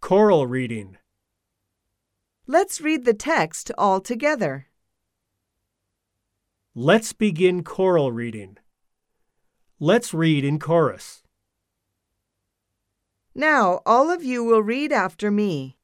Choral reading. Let's read the text all together. Let's begin choral reading. Let's read in chorus. Now, all of you will read after me.